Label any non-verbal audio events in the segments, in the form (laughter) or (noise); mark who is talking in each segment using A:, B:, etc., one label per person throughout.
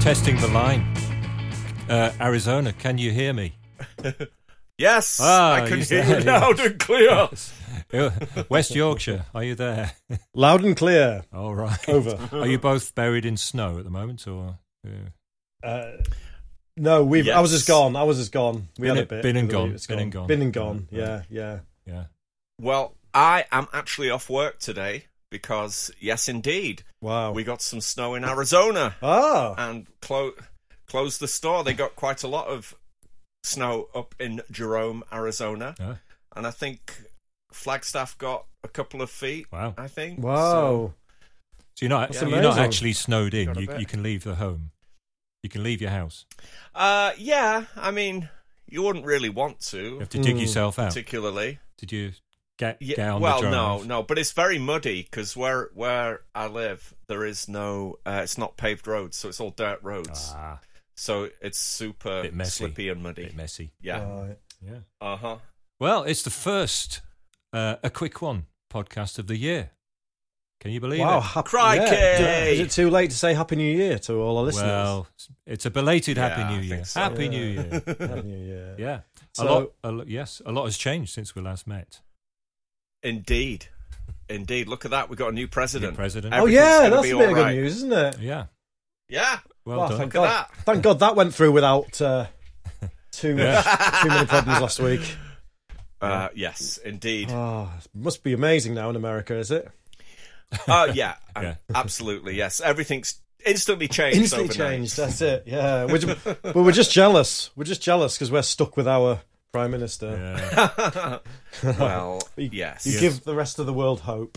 A: Testing the line. Uh, Arizona, can you hear me?
B: Yes,
A: Ah,
B: I can
A: he's
B: hear
A: there,
B: you
A: he
B: loud
A: is.
B: and clear.
A: Uh, West Yorkshire, are you there? (laughs)
C: Loud and clear.
A: All right.
C: Over.
A: Are you both buried in snow at the moment, or uh,
C: Uh, no, we. have I was just
B: Yes.
C: gone. I was just gone. We
A: Been
C: had a
A: it-
C: bit.
A: been and
C: of the
A: gone,
C: week. It's
A: been and gone.
C: Been and gone.
A: Yeah.
C: Yeah, yeah.
A: yeah?
B: Well, I am actually off work today because, yes, indeed,
A: Oh.
C: Wow.
B: we got some snow in Arizona
A: Um,
C: ah,
B: and clo- closed the store. They got quite a lot of snow up in Jerome, Arizona,
A: Ah.
B: and I think Flagstaff got a couple of feet.
A: Wow.
B: I think.
C: wow.
A: So you're not
B: That's
A: so you're not
C: amazing.
A: actually snowed in.
B: Got a
A: You,
B: bit.
A: you can leave the home. You can leave your house.
B: So, uh, yeah, I mean, you wouldn't really want to,
A: You have to dig
C: Mm.
A: yourself out.
B: particularly.
A: Did you get
B: Hmm. Yeah,
A: down
B: well,
A: the
B: no,
A: drive?
B: no, but it's very muddy because where where I live, there is no, uh, it's not paved roads, so it's all dirt roads,
A: Ah,
B: so it's super
A: bit messy.
B: slippy and muddy.
A: bit messy.
B: yeah,
C: Right.
A: Yeah.
B: uh huh.
A: Well, it's the first uh, a quick one podcast of the year. Can you believe
C: Wow.
A: it?
C: Hap-
B: Crikey.
C: yeah. Is it too late to say Happy New Year to all our listeners?
A: Well, it's a belated
B: Yeah,
A: Happy
B: I
A: New Year.
B: think so.
A: Happy
C: Yeah.
A: New
B: (laughs)
A: Year.
C: (laughs) Happy New Year.
A: Yeah.
C: So-
A: a lot, a, lo- yes, a lot has changed since we last met.
B: Indeed, indeed. Look at that, we got a new president.
A: New president.
C: Oh
B: Everything's
C: yeah,
B: gonna
C: that's
B: be
C: a bit
B: all
C: of good
B: right.
C: news, isn't it?
A: Yeah.
B: Yeah,
A: Well
C: Wow,
A: done.
C: Thank
B: Look
C: God.
B: at that.
C: Thank God that went through
A: (laughs)
C: without uh, too much, too many problems last week.
B: uh, yes, indeed.
C: Oh, it must be amazing now in America, is it?
B: Uh, yeah,
A: (laughs) Yeah.
B: absolutely. Yes, everything's instantly changed.
C: Instantly
B: overnight.
C: changed. That's it. Yeah, we're ju- (laughs) but we're just jealous. We're just jealous because we're stuck with our prime minister.
A: Yeah.
B: (laughs)
C: (laughs)
B: well,
C: You-
B: yes,
C: You give the rest of the world hope.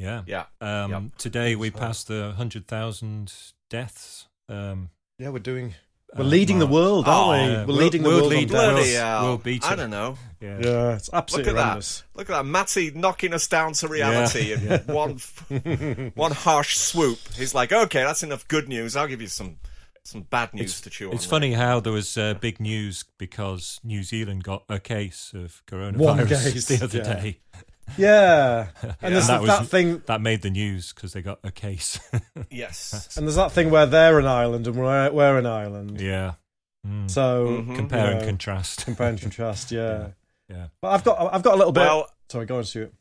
A: Yeah.
B: (laughs) yeah.
A: Um,
B: Yep.
A: Today we passed the 100,000 deaths. Um,
C: Yeah, we're doing.
A: uh,
C: We're leading the
A: mark.
C: world, aren't
A: Oh, yeah.
C: we? We're
A: World-
C: leading the
A: world
C: world. on
A: lead-
C: death.
B: Bloody
A: We'll-
B: hell.
A: we'll beat
B: I
A: it.
B: don't know.
A: Yeah.
C: Yeah, it's
B: Look
C: absolutely
B: at that.
C: horrendous.
B: Look at that. Matty knocking us down to reality
A: Yeah.
B: in
C: (laughs)
B: one one harsh swoop. He's like, okay, that's enough good news. I'll give you some some bad news
A: It's,
B: to chew on.
A: it's funny how there was uh, big news because New Zealand got a case of coronavirus
C: case,
A: (laughs) the other
C: yeah.
A: day.
C: Yeah, and there's
A: that
C: that,
A: was-
C: thing.
A: That made the news because they got a case. (laughs)
C: (laughs)
B: Yes.
C: And there's that thing where they're an island and we're, we're an island.
A: yeah. Mm.
C: So
B: Mhm.
A: Compare and
C: Yeah.
A: contrast.
C: compare and contrast. Yeah.
A: Yeah. (laughs) Yeah.
C: but I've got I've got a little bit.
B: Well-
C: Sorry, go on, Stuart.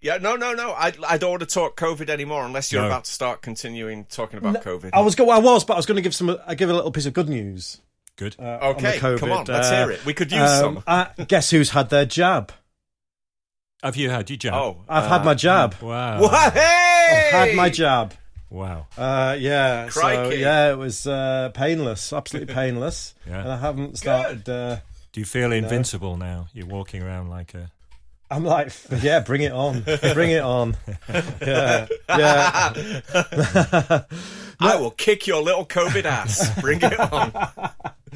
B: Yeah, no, no, no. I, I don't want to talk COVID anymore unless you're
A: No.
B: about to start continuing talking about COVID.
C: I was go- I was, but I was going to give some. I give a little piece of good news.
A: Good.
C: Uh, on the
B: Okay,
C: COVID.
B: come on, let's
C: Uh,
B: hear it. We could use
C: um,
B: some.
C: uh, guess who's had their jab?
A: Have you had your jab?
B: Oh.
C: I've had my jab.
A: Wow.
B: Wha- oh, hey!
C: Uh, I've had my jab.
A: Wow.
C: Uh, yeah, so
B: Crikey.
C: yeah, it was uh,
B: (laughs)
C: painless, absolutely painless,
A: Yeah.
C: and I haven't started. Uh,
A: Do you feel invincible now? You're walking around like a.
C: I'm like, (laughs) yeah, bring
B: (laughs)
C: it on, bring it on. Yeah, yeah.
B: I will kick your little COVID ass. Bring it on.
C: (laughs)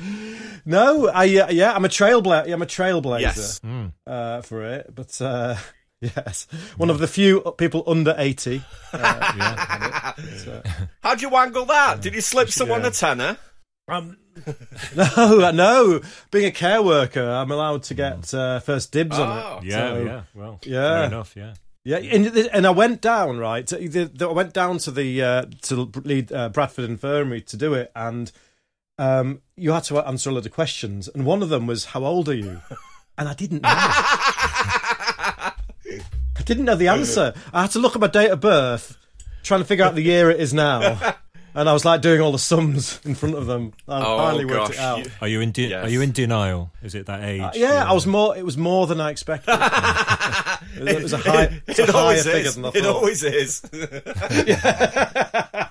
C: No, I uh, yeah, I'm a trailblazer. I'm a trailblazer
B: Yes. Hmm.
C: uh, for it, but uh, (laughs) yes, one of the few people under eighty.
B: How'd you wangle that? Did you slip someone
C: Yeah.
B: a tenner?
C: Um, (laughs) no, no. Being a care worker, I'm allowed to get uh, first dibs on
B: Hmm. Oh.
C: it.
A: Yeah,
C: So-
A: yeah. Well,
C: Yeah.
A: fair enough. Yeah.
C: yeah. And, and I went down right. to- the- the- I went down to the uh, to lead uh, Bradford Infirmary to do it, and um, you had to answer a lot of questions, and one of them was, "How old
B: (laughs)
C: are you?" And I didn't know. I didn't know the answer. I had to look at my date of birth, trying to figure out the year it is
B: (laughs)
C: now, and I was like doing all the sums in front of them. I
B: Oh,
C: finally worked
B: gosh,
C: it out.
B: you-
A: Are you in? De-
B: Yes.
A: Are you in denial? Is it that age?
C: Uh, yeah, I was more. It was more than I
B: (laughs)
C: expected. (laughs) it was a high, it's a higher figure
B: is.
C: than I
B: It
C: thought.
B: always is. (laughs)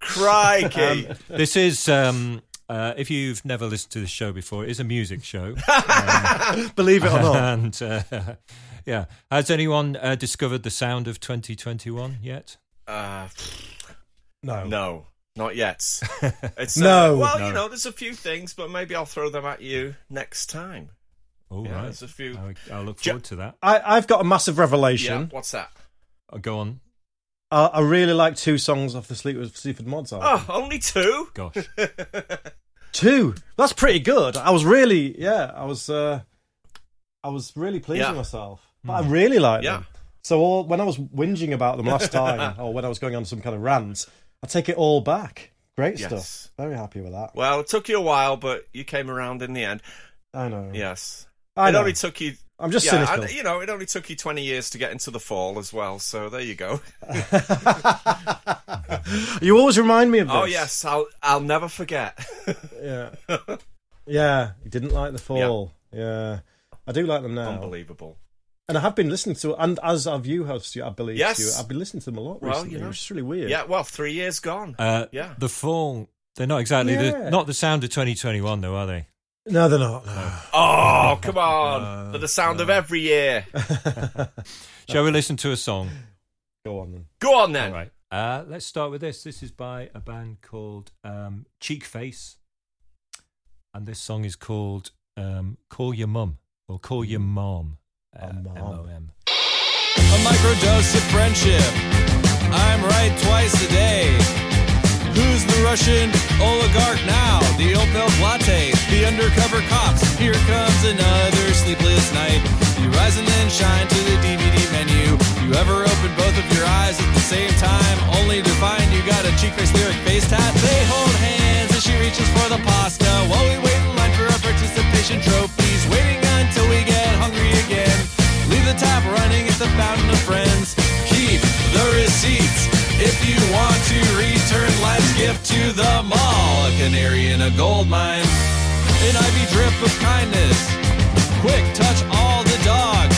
B: Crikey!
A: (laughs) This is. Um, uh, if you've never listened to this show before, it is a music show. Um,
C: Believe it or
B: (laughs)
C: not.
A: and uh, (laughs) yeah, has anyone uh, discovered the sound of 2021 yet?
B: uh,
C: No.
B: no, not
C: (laughs)
B: yet. It's, uh,
C: No.
B: well,
A: No.
B: you know, there's a few things, but maybe I'll throw them at you next time.
A: All
B: Yeah,
A: right.
B: there's a few-
A: I, I'll look
B: Ju-
A: forward to that.
C: I, I've got a massive
B: Yeah,
C: revelation.
B: what's that?
A: Uh, go on.
C: I, I really like two songs off the Sleep Sleaford Mods album.
B: Oh, only two?
A: Gosh.
C: Two. That's pretty good. I was really, yeah, I was, uh, I was really pleased
B: Yeah. Hmm.
C: with myself. But I really like
B: Yeah.
C: them. So all, when I was whinging about them
B: (laughs)
C: last time, or when I was going on some kind of rant, I take it all back. Great
B: Yes.
C: stuff. Very happy with that.
B: Well, it took you a while, but you came around in the end.
C: I know.
B: Yes.
C: Mm. I
B: it
C: know.
B: only took you.
C: I'm just
B: yeah,
C: cynical.
B: and, you know, it only took you 20 years to get into the fall as well, so there you go.
C: (laughs) you always remind me of this.
B: Oh, yes, I'll I'll never forget. (laughs)
C: Yeah. yeah. You didn't like the fall. Yeah. I do like them now.
B: Unbelievable.
C: And I have been listening to, and as have you, have Stu, I believe,
B: Yes.
C: Stu, I've been listening to them a lot
B: Well,
C: recently,
B: you know.
C: which is really weird.
B: Yeah, well, three years gone.
A: Uh,
B: Yeah.
A: The fall. They're not exactly
C: Yeah.
A: the not the sound of 2021 though, are they?
C: No, they're not. No.
A: (laughs)
B: oh, come
A: Uh,
B: on. They're the sound of every year.
A: Shall we listen to a song?
C: Go on then.
B: Go on then.
A: All right. Uh, let's start with this. This is by a band called um, Cheek Face, and this song is called um, "Call Your Mum" or "Call
B: Mm.
A: Your Mom." Uh,
C: Oh, Mom.
A: M-O-M.
D: A microdose of friendship. I'm right twice a day. Who's the Russian oligarch now? The Opel latte, the undercover cops. Here comes another sleepless night. You rise and then shine to the DVD menu. You ever open both of your eyes at the same time, only to find you got a cheek face lyric face tat? They hold hands as she reaches for the pasta while we wait in line for our participation trophies. Waiting until we get hungry again. Leave the tap running at the fountain of friends. Keep the receipts if you want to return life's gift to the mall. A canary in a gold mine. An ivy drip of kindness. Quick touch all the dogs.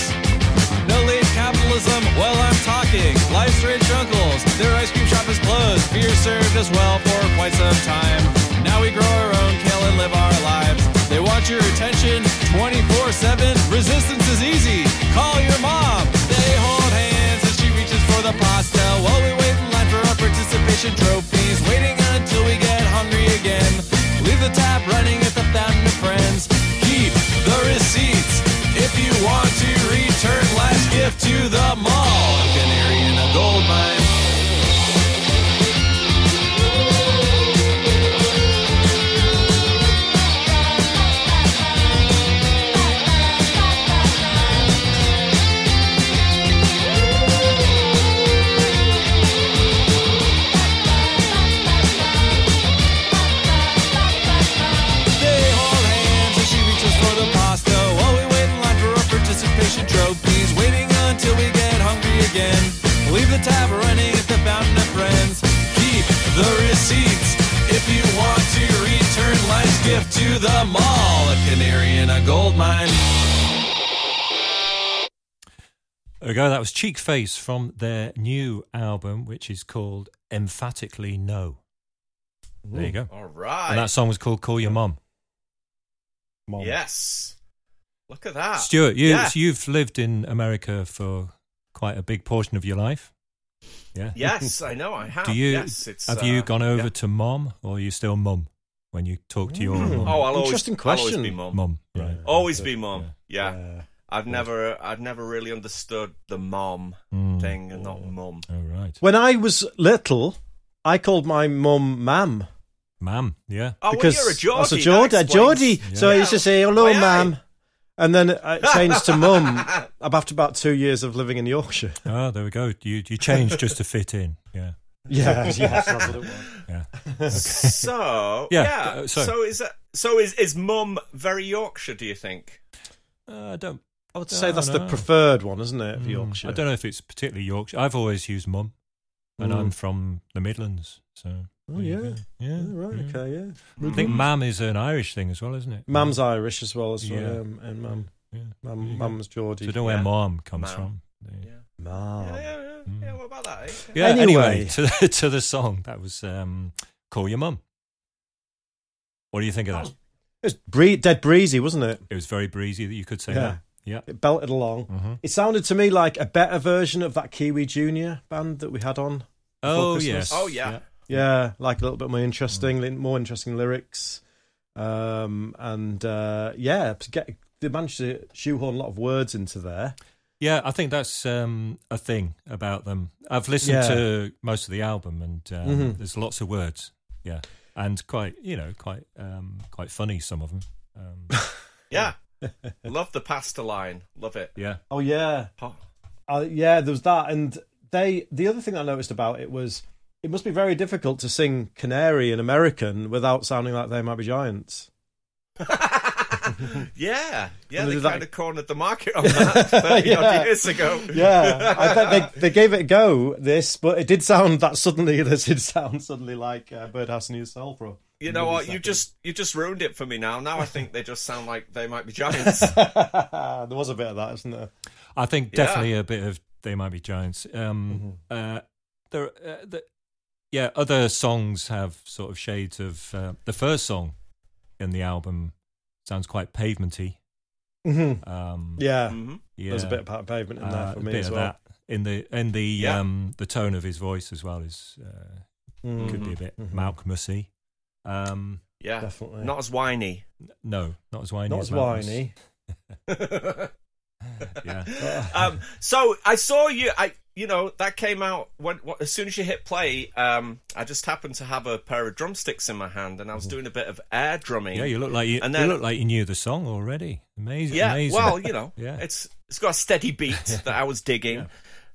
D: No late capitalism, well I'm talking. Life's rich uncles, their ice cream shop is closed. Beer served as well for quite some time. Now we grow our own kale and live our lives. They want your attention 24-7. Resistance is easy. Call your mom. They hold hands as she reaches for the pasta. While we wait in line for our participation trophies. Waiting until we get hungry again. Leave the tap running at the fountain of friends. Keep the receipts if you want to return life's gift to the mall. A canary in a gold mine. They hold hands as she reaches for the pasta while we wait in line for our participation trophies. Waiting until we get hungry again. Leave the tab running at the fountain of friends. Keep the receipts if you want to return life's gift to the mall. A canary in a gold mine.
A: There we go. That was Cheek Face from their new album, which is called "Emphatically No." There you go.
B: All right.
A: And that song was called "Call Your Mom."
C: Mom.
B: Yes. Look at that.
A: Stuart, you
B: Ah, Yeah.
A: you've lived in America for quite a big portion of your life. Yeah. (laughs)
B: Yes, I know I have.
A: Do you
B: Ah, yes, it's,
A: have you
B: uh,
A: gone over
B: yeah.
A: to mom or are you still mum when you talk to your mum?
B: Oh, I'll
C: Interesting
B: always, I'll
C: question.
B: always be mum.
A: mum, right?
B: Always be mum. Yeah.
C: Yeah.
B: I've never I've never really understood the mom
A: Mm.
B: thing and not mum.
A: Oh, right,
C: When I was little, I called my mum Mam.
A: ma'am. Yeah.
B: Oh,
C: because
B: well, you're a Geordie.
C: I was a
B: that
C: Geordie.
B: explains-
C: Geordie. So I used to say, hello,
B: Aye, aye.
C: Mam. And then I changed
B: (laughs)
C: to Mum after about two years of living in Yorkshire.
A: Ah, Oh, there we go. You you changed just to fit in. Yeah.
C: Yeah, yes, that's what it was. (laughs)
A: Yeah.
B: So
A: (laughs) Yeah,
B: yeah,
A: uh, sorry.
B: so is that, so is is mum very Yorkshire? Do you think?
A: Uh, I don't.
C: I would
A: I
C: say that's the
A: dunno. Hmm.
C: preferred one, isn't it? for Yorkshire.
A: I don't know if it's particularly Yorkshire. I've always used mum, and I'm from the Midlands, so.
C: Oh,
A: there you
C: yeah.
A: go.
C: Yeah,
A: yeah,
C: right.
A: yeah.
C: Okay. Mm-hmm. Yeah.
A: I think mam is an Irish thing as well, isn't it?
C: Mam's Irish as well as
A: Yeah.
C: um, and mum.
A: Yeah. There you
C: Mum,
A: go.
C: mum's
A: So I
C: Geordie.
A: don't know where
B: Yeah.
A: mom comes
B: Mam.
A: from. There you go.
C: Mum.
B: Yeah, yeah, yeah.
C: Mm.
B: yeah. What about that? eh?
A: Yeah. Anyway,
C: Anyway.
A: to the, to the song that was um, "Call Your Mum." What do you think of that?
C: It was bree- dead breezy, wasn't it?
A: It was very breezy. That you could say
C: Yeah.
A: that. Yeah.
C: It belted along.
A: Mm-hmm.
C: It sounded to me like a better version of that Kiwi Junior band that we had on.
A: Oh yes.
C: Christmas.
B: Oh, yeah.
C: Yeah, like a little bit more
A: Mm.
C: interesting, li- more interesting lyrics, um, and uh, yeah, to get they managed to shoehorn a lot of words into there.
A: Yeah, I think that's um, a thing about them. I've listened
C: Yeah.
A: to most of the album, and um,
C: Mhm.
A: there's lots of words. Yeah, and quite you know quite um, quite funny some of them. Um,
B: Yeah. Love the pasta line. Love it.
A: yeah,
C: Oh yeah,
B: Oh,
C: uh, yeah, there was that, and they. The other thing I noticed about it was it must be very difficult to sing Canary in American without sounding like they might be giants.
B: yeah. Yeah,
C: And they
B: they
C: did that-
B: kind of cornered the market on that
C: (laughs)
B: 30
C: Yeah.
B: odd years ago.
C: Yeah, I bet they they gave it a go this, but it did sound that suddenly (laughs) this did sound suddenly like uh, Birdhouse and His Soul Pro.
B: You know what? You just you just ruined it for me now. Now I think they just sound like they might be
C: (laughs)
B: giants.
C: (laughs) there was a bit of that, isn't there?
A: I think
B: Yeah.
A: definitely a bit of they might be giants. Um,
C: Mm-hmm.
A: uh, there, uh, the, yeah, other songs have sort of shades of uh, the first song in the album sounds quite pavementy.
C: Mm-hmm.
A: Um,
C: Yeah,
B: Mm-hmm.
A: yeah,
C: there's a bit of pa- pavement in there
A: Uh,
C: for
A: a
C: me
A: bit
C: as
A: of
C: well.
A: that in the in the
B: Yeah.
A: um the tone of his voice as well is uh, could be a bit
C: Mhm.
A: Malcolmusy. Um,
B: Yeah.
C: Definitely.
B: Not as whiny.
A: no, not as whiny.
C: Not
A: as
C: as
A: Malcolmus.
C: whiny.
A: Yeah,
C: (laughs)
B: um, so I saw you. I, you know, that came out when, what, as soon as you hit play. Um, I just happened to have a pair of drumsticks in my hand, and I was
C: Mm-hmm.
B: doing a bit of air drumming.
A: yeah. You look like you,
B: And
A: you
B: then-
A: look like you knew the song already. Amazing.
B: yeah.
A: amazing.
B: Well, you
C: (laughs)
B: know,
A: (laughs) Yeah.
B: it's it's got a steady beat that I was digging.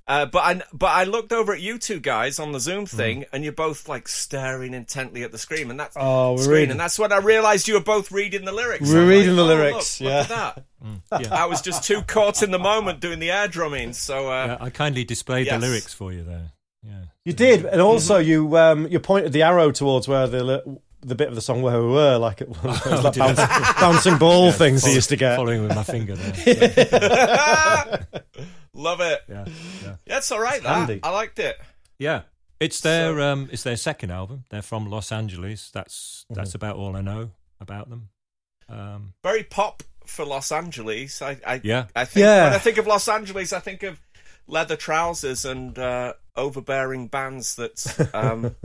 B: Uh, but I but I looked over at you two guys on the Zoom
C: Mm.
B: thing, and you're both like staring intently at the screen, and that's
C: Oh, we're
B: screen,
C: reading-
B: and that's when I realised you were both reading the lyrics.
C: We're
B: I'm
C: reading the
B: "Oh, look,
C: lyrics,
B: look
C: yeah." Mm,
B: at that.
C: (laughs)
A: yeah.
B: I was just too caught in the moment doing the air drumming. So uh,
A: Yeah, I kindly displayed
B: yes.
A: the lyrics for you there. Yeah,
C: You did,
A: Mm-hmm.
C: and also you um, you pointed the arrow towards where the li- the bit of the song where we were, like (laughs) it was like
A: Oh, did I?
C: bouncing, bouncing
A: (laughs)
C: ball things
A: Follow-
C: he used to get.
A: following with my finger
C: (laughs)
A: there.
B: Love it.
A: yeah, yeah,
B: That's all right. That.
C: handy.
B: I liked it.
A: yeah. It's their um, it's their second album. They're from Los Angeles. That's that's
C: Mm-hmm.
A: about all I know about them. Um,
B: Very pop for Los Angeles. I, I
A: Yeah.
B: I think
C: Yeah.
B: when I think of Los Angeles, I think of leather trousers and uh, overbearing bands that
C: (laughs)
B: um,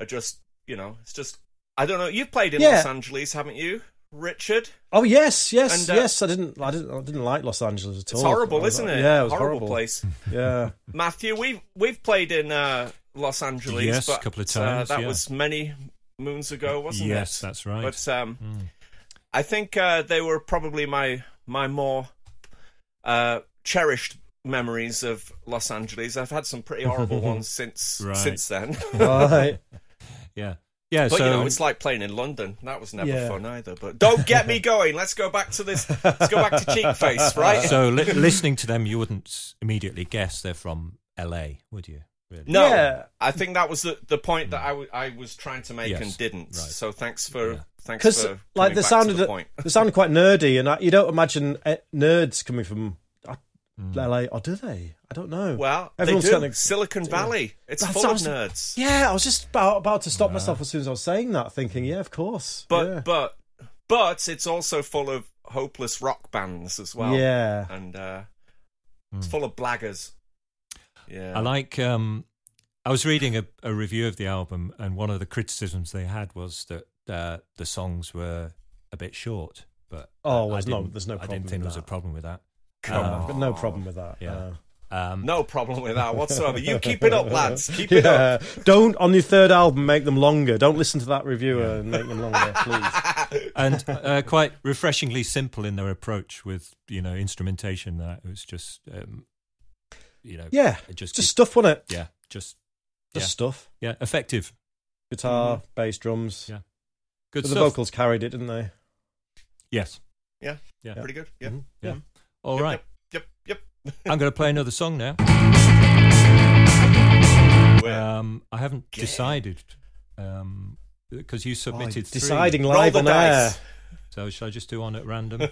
B: are just you know it's just I don't know. You've played in
C: Yeah.
B: Los Angeles, haven't you, Richard?
C: Oh yes, yes,
B: And, uh,
C: yes. I didn't, I didn't, I didn't like Los Angeles at all.
B: It's horrible,
C: Oh, I-
B: isn't it?
C: Yeah, it was
B: horrible,
C: horrible.
B: place. (laughs)
C: Yeah,
B: Matthew, we've we've played in uh, Los Angeles.
A: Yes,
B: but,
A: couple of
B: uh,
A: times,
B: that
A: yeah.
B: was many moons ago, wasn't it?
A: yes, that's right. Hmm.
B: But um, I think uh, they were probably my my more uh, cherished memories of Los Angeles. I've had some
A: (laughs)
B: pretty horrible ones since
A: Right. (laughs)
B: since then.
C: right.
A: yeah, yeah.
B: But
A: so
B: you know, it's like playing in London. That was never
C: Yeah.
B: fun either. But don't
A: (laughs)
B: get me going. Let's go back to this. Let's go back to Cheekface, right?
A: so li- listening to them, you wouldn't s- immediately guess they're from L.A., would you? Really?
B: no,
C: Yeah.
B: I think that was the, the point that I, w- I was trying to make
A: Yes,
B: and didn't.
A: right.
B: So thanks for
A: Yeah.
B: thanks for
C: because
B: coming
C: like they
B: back to
C: sounded
B: the
C: (laughs)
B: point.
C: they sounded quite nerdy, and I, you don't imagine eh, nerds coming from uh,
A: Mm.
C: LA, or oh, do they? I don't know.
B: Well,
C: Everyone's
B: they do.
C: kinda-
B: Silicon Valley. It's
C: That's
B: full of
C: awesome.
B: nerds.
C: (laughs) Yeah, I was just about, about to stop myself as soon as I was saying that, thinking, yeah, of course.
B: but
C: yeah.
B: but but it's also full of hopeless rock bands as well.
C: yeah,
B: and uh, it's full of blaggers. Yeah,
A: I like. Um, I was reading a, a review of the album, and one of the criticisms they had was that uh, the songs were a bit short. But
C: Oh,
A: I- I
C: well, there's no-
A: didn't-
C: there's no
A: I
C: problem
A: didn't think
C: with
A: there was a
C: that.
A: problem with that.
B: Come
A: Um,
C: I've got no problem with that.
A: Yeah.
C: no.
A: Um,
B: no problem with that whatsoever. You keep it
C: (laughs)
B: up, lads. Keep it up.
C: Yeah. Don't on your third album make them longer. Don't listen to that reviewer and make them longer, please.
A: and uh, quite refreshingly simple in their approach with you know instrumentation. That it was just um, you know
C: Yeah,
A: it
C: just
A: just,
C: stuff, wasn't it?
A: yeah just
C: Just
A: Yeah.
C: stuff.
A: Yeah, effective.
C: Guitar, bass, drums.
A: Yeah.
C: But
A: Good
C: the
A: stuff.
C: vocals carried it, didn't they?
A: Yes.
B: Yeah.
A: Yeah.
B: Pretty good. Yeah.
C: Mhm.
A: Yeah.
B: Mhm.
A: All
B: yep,
A: right.
B: Yep. Yep.
A: (laughs)
B: yep.
A: I'm going to play another song now.
B: Where-
A: Um, I haven't
B: Yeah.
A: decided um, because you submitted three.
C: Deciding
B: Roll
C: live
B: the
C: on air.
B: dice.
A: So shall I just do one at
B: (laughs)
A: random? uh,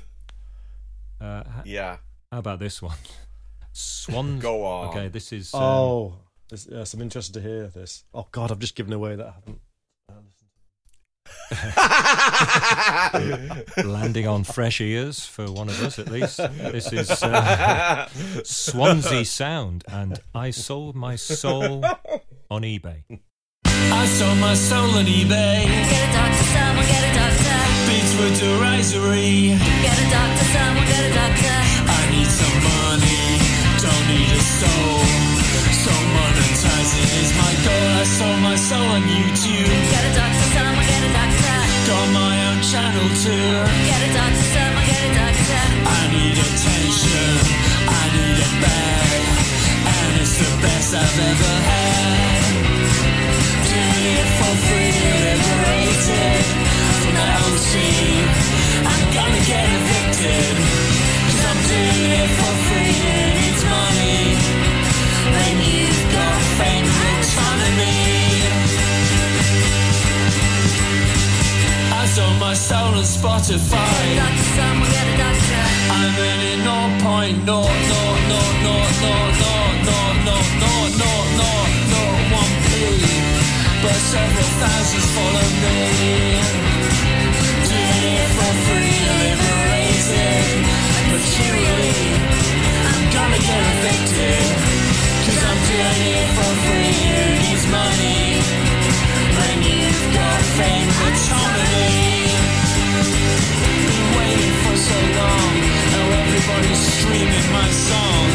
A: ha-
B: Yeah.
A: How about this one? Swans.
B: Go on.
A: Okay, this is. Um,
C: Oh, this, yes, I'm interested to hear this. Oh God, I've just given away that I haven't.
B: (laughs)
A: landing on fresh ears for one of us at
C: (laughs)
A: least. This is uh, Swansea Sound, and I sold my soul on eBay.
E: I sold my soul on eBay.
D: Get a doctor, someone get a doctor.
E: Beats were derisory.
D: Get a doctor, someone get a doctor.
E: I need some money, don't need a soul. So monetizing is my goal. I sold my soul on YouTube.
D: Get a doctor, someone get a doctor.
E: Got my own channel too.
D: Get a doctor, someone get a doctor.
E: I need attention, I need a bag, and it's the best I've ever had. Doing it for free, liberated from the whole scene. I'm gonna get evicted, cause I'm doing it for free and it's money. And you've got fame, looks fun to me. I sold my soul on Spotify.
D: Doctor, someone get a doctor.
E: I'm in a no point, no, no, no, no, no, no, no, no, no, no, no, no, one plea. But several thousands follow me. Doing it for free, liberated, materially. I'm gonna get evicted, cause I'm doing it for free, who needs money? When you've got fame, autonomy been waiting for so long. Now everybody's streaming my song.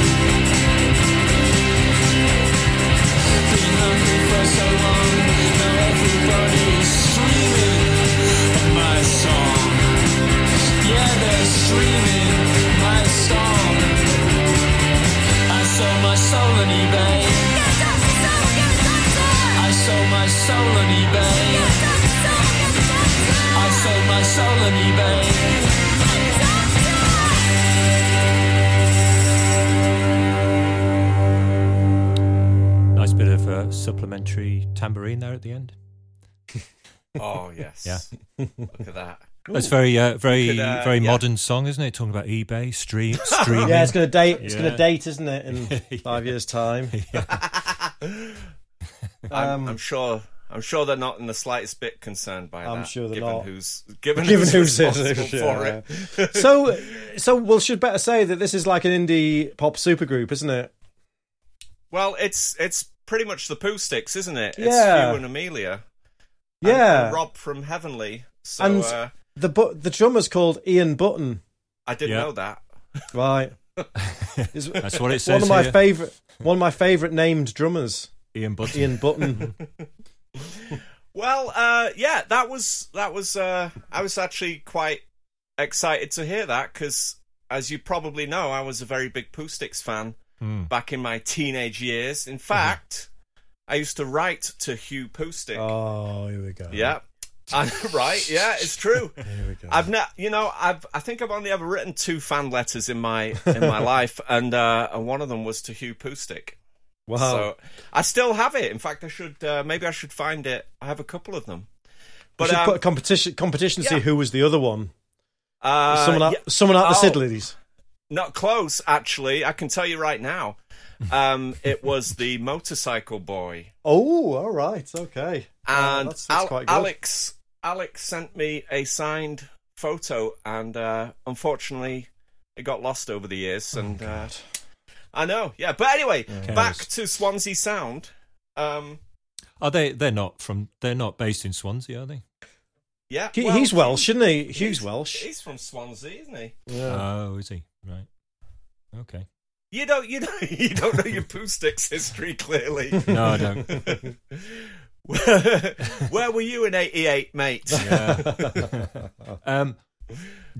E: Been hungry for so long. Now everybody's streaming my song. Yeah, they're streaming my song. I sold my soul on eBay.
D: Get a doctor, someone get a doctor.
E: I sold my soul on eBay.
D: Get a doctor, someone get a doctor.
E: I sold my soul on eBay.
A: Nice bit of uh, supplementary tambourine there at the end.
B: Oh yes. Look at that.
A: That's very, uh, very,
B: Could, uh,
A: very
B: yeah.
A: modern song, isn't it? Talking about eBay, stream, streaming.
C: (laughs) Yeah, it's gonna date. It's
A: Yeah.
C: gonna date, isn't it?
A: (laughs)
C: In five years' time.
B: I'm,
C: Um,
B: I'm sure. I'm sure they're not in the slightest bit concerned by
C: I'm
B: that.
C: sure they're
B: given
C: not.
B: Who's given,
C: Given
B: who's,
C: who's it,
B: responsible for
C: yeah.
B: it?
C: so, so we should better say that this is like an indie pop supergroup, isn't it?
B: well, it's it's pretty much the poo sticks, isn't it? It's
C: Yeah.
B: Hugh and Amelia. and-
C: Yeah.
B: and Rob from Heavenly. So
C: And-
B: uh,
C: The but the drummer's called Ian Button,
B: I didn't
A: Yeah.
B: know that.
A: (laughs)
C: right? Is-
A: That's what it
C: one
A: says
C: of my
A: here.
C: favorite, one of my favorite named drummers,
A: Ian Button.
C: Ian Button. (laughs)
B: Well, uh, yeah, that was that was. Uh, I was actually quite excited to hear that because, as you probably know, I was a very big Poo Sticks fan
C: Hmm.
B: back in my teenage years.
C: Mm-hmm.
B: In fact, I used to write to Hugh Poo Stick.
C: oh, here we go.
B: Yeah. And- (laughs) right, yeah, it's
C: (laughs)
B: true.
C: here we go.
B: I've not, you know, I've I think I've only ever written two fan letters in my in
C: (laughs)
B: my life, and uh, and one of them was to Hugh Poostick.
C: wow.
B: So I still have it. In fact, I should uh, maybe I should find it. I have a couple of them.
C: we
B: But
C: should
B: um,
C: put a competition competition to
B: yeah.
C: see who was the other one.
B: uh,
C: someone out,
B: yeah-
C: someone out
B: Oh,
C: the Sidleys.
B: Not close, actually. I can tell you right now. Um, it was the motorcycle boy.
C: (laughs) Oh, all right, okay. Wow,
B: and
C: Oh, that's, that's
B: Al-
C: quite good.
B: Alex Alex sent me a signed photo, and uh, unfortunately, it got lost over the years.
C: Oh,
B: And uh, I know, yeah. But anyway, back
A: Cares.
B: to Swansea Sound. Um,
A: Are Oh, they? They're not from. They're not based in Swansea, are they?
B: yeah,
C: He- he's Welsh,
B: he-
C: isn't he? Hugh's Welsh.
B: He's from Swansea, isn't he?
C: Yeah.
A: Oh, is he? Right. Okay.
B: You don't, you don't, (laughs) you don't know your poo sticks history clearly.
A: No, I don't.
C: (laughs)
B: Where where were you in '88, mate?
A: um,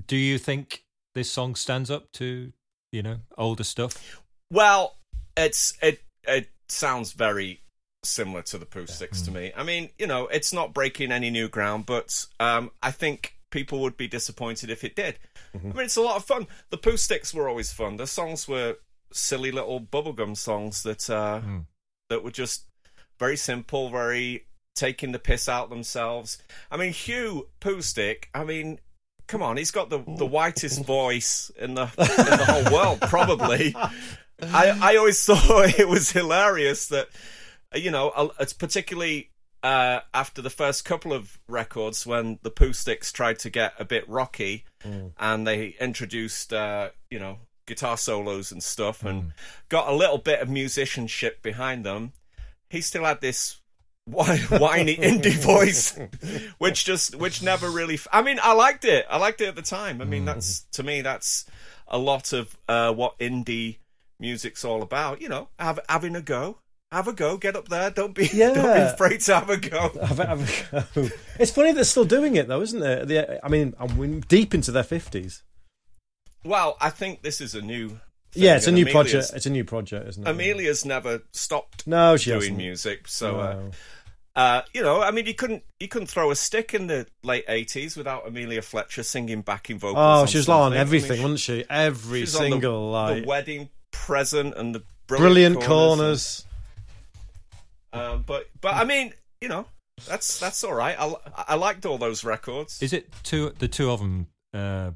A: do you think this song stands up to you know older stuff?
B: Well, it's it it sounds very similar to the Pooh Sticks to me. I mean, you know, it's not breaking any new ground, but um, I think people would be disappointed if it did. I mean, it's a lot of fun. The Pooh Sticks were always fun. Their songs were silly little bubblegum songs that uh, that were just very simple, very taking the piss out themselves. I mean, Hugh Pooh Stick. I mean. Come on, he's got the, the whitest voice in the in the whole world, probably. I, I always (laughs) thought it was hilarious that you know a- it's particularly uh, after the first couple of records when the Pooh Sticks tried to get a bit rocky and they introduced uh, you know guitar solos and stuff and got a little bit of musicianship behind them. He still had this whi- (laughs) whiny
C: (laughs)
B: indie voice, which just which never really. F- I mean, I liked it. I liked it at the time. I mean, that's
C: Mm-hmm.
B: to me that's a lot of uh, what indie music's all about. You know, have, having a go, have a go, get up there. Don't be (laughs) don't be
C: Yeah.
B: afraid to have a go.
C: (laughs) Have a- have a go. it's funny they're still doing it though, isn't it? The, I mean, I'm win- deep into their fifties.
B: Well, I think this is a new. thing,
C: Yeah, it's a
B: and
C: new
B: Amelia's-
C: project. It's a new project, isn't it?
B: Amelia's never stopped
C: No, she
B: doing
C: hasn't.
B: music, so. Uh,
C: No.
B: Uh, you know, I mean, you couldn't you couldn't throw a stick in the late '80s without Amelia Fletcher singing backing vocals.
C: oh,
B: on
C: she was like on
B: something. I mean,
C: everything,
B: she-
C: wasn't she? Every
B: she's on the-
C: single
B: the,
C: like
B: wedding present and the brilliant,
C: brilliant corners.
B: corners. and- um, but but I mean, you know, that's that's all right. I, li- I liked all those records.
A: Is it two? The two of them, uh,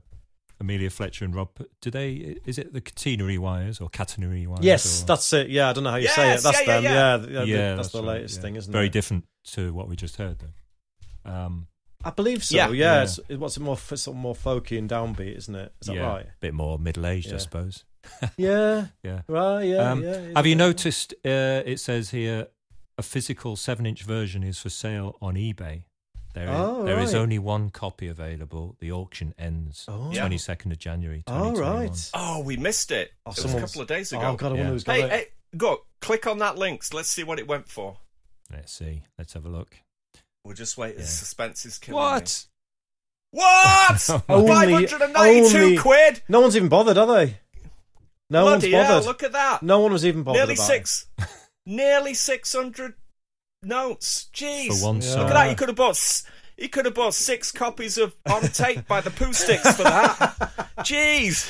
A: Amelia Fletcher and Rob. Do they? Is it the catenary wires or catenary wires?
C: Yes,
A: or-
C: that's it. Yeah, I don't know how you say
B: Yes,
C: it. That's
B: yeah, yeah,
C: them.
B: yeah.
C: Yeah, th- yeah, th- that's, the
A: right,
C: latest
A: yeah.
C: thing, isn't
A: Very
C: it?
A: different to what we just heard, though. Um,
C: I believe so.
B: Yeah.
C: Yeah,
A: Yeah.
C: It's, it- what's it more f- sort of more folky and downbeat, isn't it? Is that
A: yeah,
C: (laughs) right?
A: bit more middle aged, I
C: Yeah.
A: suppose.
C: Yeah,
A: Yeah.
C: right. Yeah,
A: Um,
C: yeah.
A: have you
C: yeah.
A: noticed? Uh, it says here a physical seven-inch version is for sale on eBay. There, is,
C: Oh,
A: there is
C: right.
A: only one copy available. The auction ends
C: Oh.
B: Yeah.
A: twenty-second of January.
C: Oh
A: 2021.
C: right.
B: Oh, we missed it.
C: Oh,
B: it was a
C: someone's-
B: couple of days ago.
C: Oh god, I
A: Yeah.
C: wonder who's got
B: Hey,
C: it.
B: hey, go click on that link. Let's see what it went for.
A: Let's see. Let's have a look.
B: We'll just wait. The
A: Yeah.
B: suspense is killing me.
A: What?
B: What?
C: (laughs) Only-
B: Five hundred and ninety-two
C: only-
B: quid.
C: No one's even bothered, are they? No
B: Bloody
C: one's
B: hell!
C: bothered.
B: Look at that.
C: no one was even bothered.
B: nearly
C: about
B: six, (laughs) nearly six hundred notes. Jeez,
A: For one
C: Yeah.
A: song.
B: look at that! You could have bought, s- you could have bought six copies of On Tape by the Pooh Sticks for
C: (laughs)
B: that. Jeez,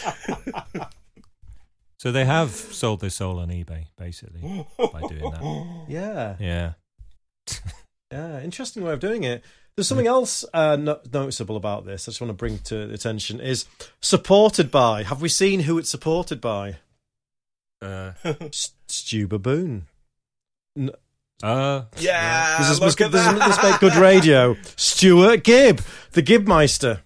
A: So they have sold their soul on eBay, basically, by doing that.
C: It. Yeah,
A: Yeah.
C: yeah. Interesting way of doing it. There's something else uh, no- noticeable about this. I just want to bring to attention is supported by. Have we seen who it's supported by?
A: Uh,
B: Hmm.
C: S- Stu Baboon.
A: uh,
B: yeah,
C: this is
B: Ah, look
C: must,
B: at
C: this, is-
B: that.
C: this make good radio. Stuart Gibb,
B: (laughs)
C: the Gibmeister.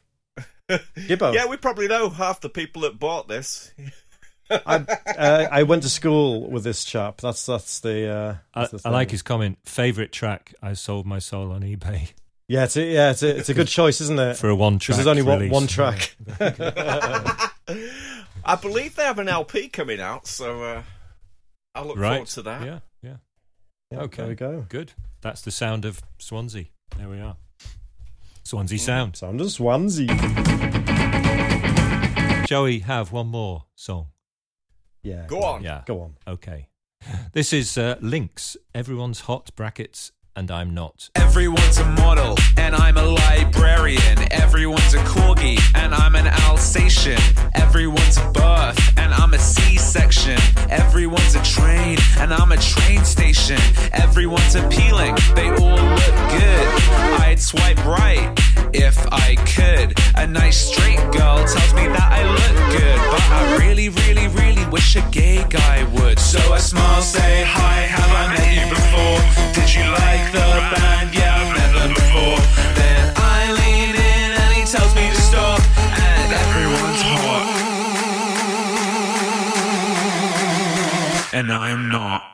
C: Gibbo.
B: Yeah, we probably know half the people that bought this.
C: I, uh, I went to school with this chap. That's that's the. Uh,
A: I,
C: that's the
A: I like
C: thing.
A: his comment. Favorite track? I sold my soul on eBay (laughs)
C: Yeah, it's a, yeah, it's a, it's a good choice, isn't it?
A: for a one track.
C: Because there's only one,
A: release.
C: one track.
B: I believe they have an LP coming out, so uh, I'll look
A: Right.
B: forward to that.
A: Yeah. Yeah.
C: Yeah,
A: okay.
C: There we go.
A: Good. That's the sound of Swansea. There we are.
B: Mm.
A: Swansea sound.
C: Sound of Swansea.
A: Shall we have one more song?
C: Yeah.
B: Go on.
A: Yeah.
C: Go on.
A: Okay. (laughs) This is uh, Links. Everyone's hot brackets, and I'm not.
E: Everyone's a model, and I'm a librarian. Everyone's a corgi, and I'm an Alsatian. Everyone's a birth, and I'm a C section. Everyone's a train, and I'm a train station. Everyone's appealing, they all look good. I'd swipe right if I could. A nice straight girl tells me that I look good, but I really, really, really wish a gay guy would. So I smile, say hi, have I met you before? Did you like the band? Yeah, I've met them before. Then I lean in and he tells me to stop, and everyone's hot. And I'm not.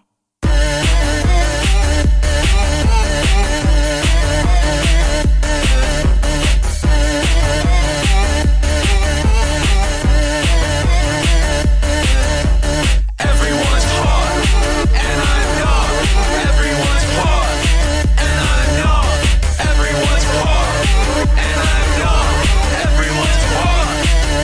E: Everyone's hot, and I'm not. Everyone's hot, and I'm not. Everyone's hot, and I'm not. Everyone's hot,